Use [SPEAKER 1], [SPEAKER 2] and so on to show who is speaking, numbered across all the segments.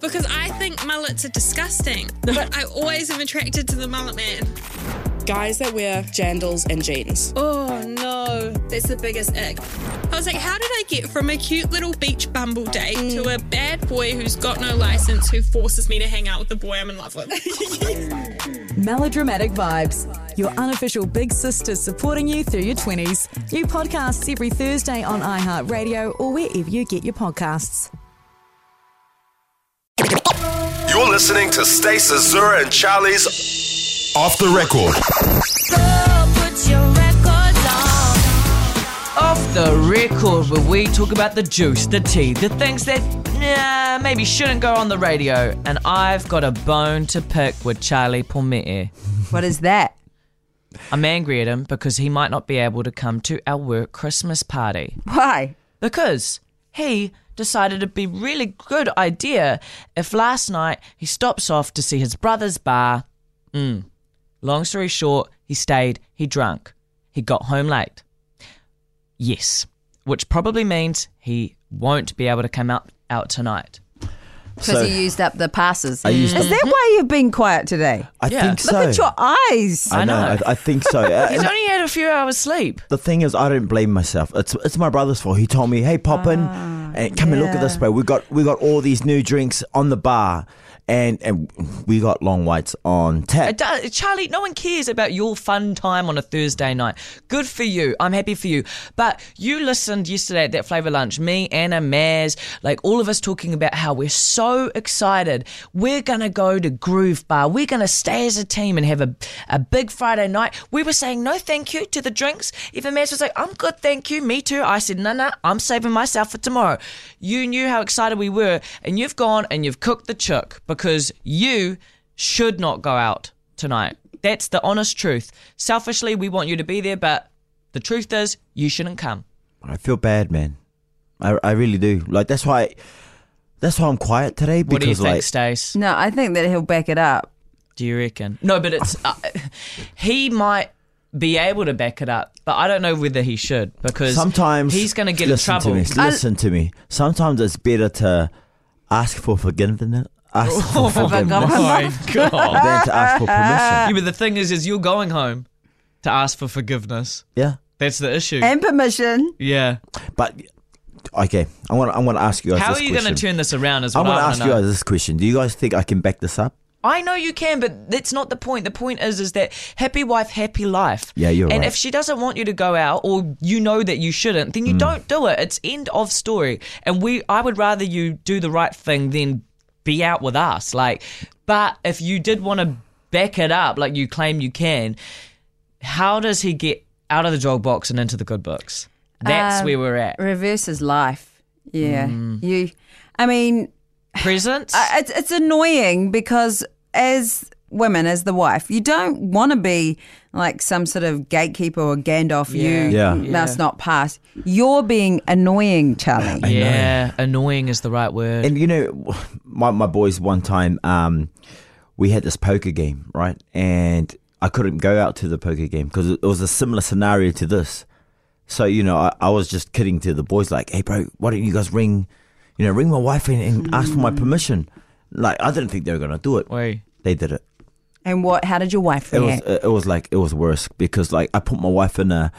[SPEAKER 1] because I think mullets are disgusting, but I always am attracted to the mullet man.
[SPEAKER 2] Guys that wear jandals and jeans.
[SPEAKER 1] Oh no, that's the biggest ick. I was like, how did I get from a cute little beach bumble date to a bad boy who's got no license who forces me to hang out with the boy I'm in love with?
[SPEAKER 3] Melodramatic Vibes, your unofficial big sister supporting you through your 20s. New podcasts every Thursday on iHeartRadio or wherever you get your podcasts.
[SPEAKER 4] You're listening to Stace Azura and Charlie's Off the Record.
[SPEAKER 5] Off the record, where we talk about the juice, the tea, the things that nah, maybe shouldn't go on the radio. And I've got a bone to pick with Charlie Palmieri.
[SPEAKER 6] What is that?
[SPEAKER 5] I'm angry at him because he might not be able to come to our work Christmas party
[SPEAKER 6] Why?
[SPEAKER 5] because he decided it'd be really good idea if last night he stops off to see his brother's bar. Mm. Long story short, he stayed, he drunk, he got home late. Yes, which probably means he won't be able to come out, out tonight.
[SPEAKER 6] Because he used up the passes.
[SPEAKER 7] I used
[SPEAKER 6] Is that why you've been quiet today?
[SPEAKER 7] I
[SPEAKER 5] Yeah.
[SPEAKER 7] think
[SPEAKER 5] Look
[SPEAKER 7] so.
[SPEAKER 6] Look at your eyes.
[SPEAKER 7] I know.
[SPEAKER 5] know.
[SPEAKER 7] I, I think so. Uh,
[SPEAKER 5] He's
[SPEAKER 7] and
[SPEAKER 5] only had a few hours sleep.
[SPEAKER 7] the thing is, I don't blame myself. It's it's my brother's fault. He told me, "Hey, pop in and come and look at this, bro. We got we got all these new drinks on the bar, and and we got long whites on tap."
[SPEAKER 5] It does, Charlie, no one cares about your fun time on a Thursday night. Good for you. I'm happy for you. But you listened yesterday at that flavour lunch, me, Anna, Maz, like all of us talking about how we're so excited. We're going to go to Groove Bar. We're going to stay as a team and have a, a big Friday night. We were saying no thank you to the drinks. Even Maz was like, I'm good, thank you. Me too. I said, no, no, I'm saving myself for tomorrow. You knew how excited we were, and you've gone and you've cooked the chook because you should not go out tonight. That's the honest truth. Selfishly, we want you to be there, but the truth is, you shouldn't come.
[SPEAKER 7] I feel bad, man. I, I really do. Like that's why that's why I'm quiet today because
[SPEAKER 5] What do you think,
[SPEAKER 7] like
[SPEAKER 5] Stace?
[SPEAKER 6] No, I think that he'll back it up.
[SPEAKER 5] Do you reckon? No, but it's uh, he might be able to back it up, but I don't know whether he should because
[SPEAKER 7] sometimes
[SPEAKER 5] he's going to get in
[SPEAKER 7] listen
[SPEAKER 5] trouble.
[SPEAKER 7] To me, listen to me. Sometimes it's better to ask for forgiveness, ask for forgiveness
[SPEAKER 5] my god!
[SPEAKER 7] than to ask for
[SPEAKER 5] Yeah,
[SPEAKER 7] permission.
[SPEAKER 5] but the thing is, is you're going home to ask for forgiveness.
[SPEAKER 7] Yeah,
[SPEAKER 5] That's the issue.
[SPEAKER 6] And permission.
[SPEAKER 5] yeah.
[SPEAKER 7] but okay. I want I want to ask you guys.
[SPEAKER 5] How
[SPEAKER 7] this
[SPEAKER 5] are you
[SPEAKER 7] question.
[SPEAKER 5] going to turn this around? Is
[SPEAKER 7] I
[SPEAKER 5] what I
[SPEAKER 7] want to
[SPEAKER 5] wanna
[SPEAKER 7] ask you
[SPEAKER 5] know.
[SPEAKER 7] guys this question. Do you guys think I can back this up?
[SPEAKER 5] I know you can, but that's not the point. The point is, is that happy wife, happy life.
[SPEAKER 7] Yeah, you're
[SPEAKER 5] And
[SPEAKER 7] right.
[SPEAKER 5] if she doesn't want you to go out, or you know that you shouldn't, then you
[SPEAKER 7] Mm.
[SPEAKER 5] don't do it. It's end of story. And we, I would rather you do the right thing than be out with us. Like, but if you did want to back it up, like you claim you can, how does he get out of the dog box and into the good books? That's
[SPEAKER 6] Um,
[SPEAKER 5] where we're at.
[SPEAKER 6] Reverse his life. Yeah.
[SPEAKER 5] Mm.
[SPEAKER 6] You. I mean,
[SPEAKER 5] Presents.
[SPEAKER 6] I- it's it's annoying because as women, as the wife, you don't want to be like some sort of gatekeeper or Gandalf.
[SPEAKER 5] Yeah.
[SPEAKER 6] You
[SPEAKER 7] Yeah.
[SPEAKER 6] must not pass. You're being annoying, Charlie.
[SPEAKER 5] yeah, annoying is the right word.
[SPEAKER 7] And you know, my my boys one time, um, we had this poker game, right? And I couldn't go out to the poker game because it was a similar scenario to this. So you know, I, I was just kidding to the boys, like, "Hey, bro, why don't you guys ring, you know, ring my wife and, and ask for my
[SPEAKER 5] Mm.
[SPEAKER 7] permission?" Like, I didn't think they were gonna do it.
[SPEAKER 5] Wait.
[SPEAKER 7] They did it.
[SPEAKER 6] And what? How did your wife
[SPEAKER 7] It
[SPEAKER 6] react?
[SPEAKER 7] was it was like it was worse because like I put my wife in a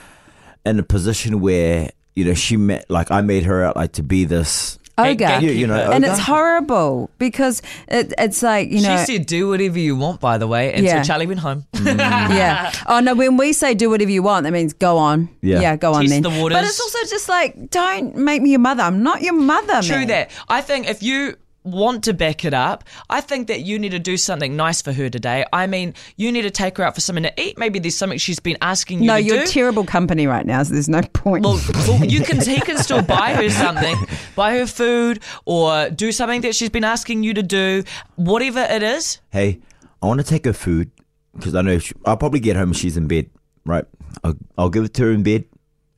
[SPEAKER 7] in a position where you know she met like I made her out like to be this.
[SPEAKER 6] Ogre.
[SPEAKER 7] You, you know,
[SPEAKER 6] and
[SPEAKER 7] ogre.
[SPEAKER 6] it's horrible because it, it's like you know
[SPEAKER 5] she said, "Do whatever you want." By the way, and
[SPEAKER 6] Yeah.
[SPEAKER 5] so Charlie went home.
[SPEAKER 6] yeah. Oh no, when we say do whatever you want, that means go on.
[SPEAKER 7] Yeah.
[SPEAKER 6] go on
[SPEAKER 5] Test
[SPEAKER 6] then.
[SPEAKER 5] the waters.
[SPEAKER 6] But it's also just like don't make me your mother. I'm not your mother.
[SPEAKER 5] True
[SPEAKER 6] man.
[SPEAKER 5] that. I think if you want to back it up, I think that you need to do something nice for her today. I mean, you need to take her out for something to eat. Maybe there's something she's been asking you
[SPEAKER 6] No,
[SPEAKER 5] to
[SPEAKER 6] you're
[SPEAKER 5] do.
[SPEAKER 6] terrible company right now, so there's no point.
[SPEAKER 5] well, well, you can he can still buy her something, buy her food, or do something that she's been asking you to do. Whatever it is,
[SPEAKER 7] hey, I want to take her food because I know she, I'll probably get home and she's in bed, right? I'll, I'll give it to her in bed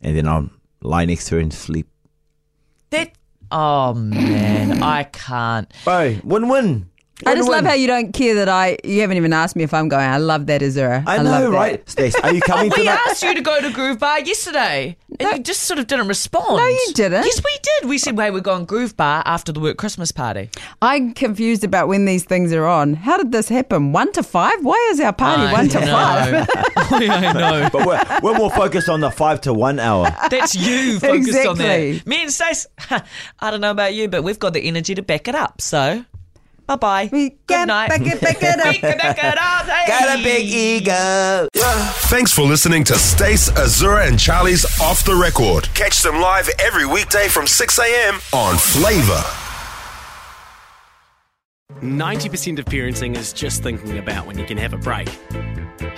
[SPEAKER 7] and then I'll lie next to her and sleep.
[SPEAKER 5] that oh man, I can't.
[SPEAKER 7] Bro, win win.
[SPEAKER 6] I just love
[SPEAKER 7] Win-win.
[SPEAKER 6] how you don't care that I you haven't even asked me if I'm going. I love that, Azura.
[SPEAKER 7] I
[SPEAKER 6] love
[SPEAKER 7] know,
[SPEAKER 6] that.
[SPEAKER 7] right? Stace, are you coming
[SPEAKER 5] We
[SPEAKER 7] tonight?
[SPEAKER 5] asked you to go to Groove Bar yesterday, and you just sort of didn't respond.
[SPEAKER 6] No, you didn't.
[SPEAKER 5] Yes, we did. We said, "Hey, we're going Groove Bar after the work Christmas party."
[SPEAKER 6] I'm confused about when these things are on. How did this happen? One to five? Why is our party
[SPEAKER 5] I
[SPEAKER 6] one to
[SPEAKER 5] know.
[SPEAKER 6] five?
[SPEAKER 5] I know.
[SPEAKER 7] But we're, we're more focused on the five to one hour.
[SPEAKER 5] That's you focused on
[SPEAKER 6] Exactly.
[SPEAKER 5] that. Me and Stace, I don't know about you, but we've got the energy to back it up. So, bye bye.
[SPEAKER 6] We
[SPEAKER 5] Good
[SPEAKER 6] can
[SPEAKER 5] night.
[SPEAKER 6] back it, back it up.
[SPEAKER 5] We can back it up. Hey.
[SPEAKER 7] ego.
[SPEAKER 4] Thanks for listening to Stace, Azura, and Charlie's Off the Record. Catch them live every weekday from 6 a.m. on Flavor.
[SPEAKER 8] 90% of parenting is just thinking about when you can have a break.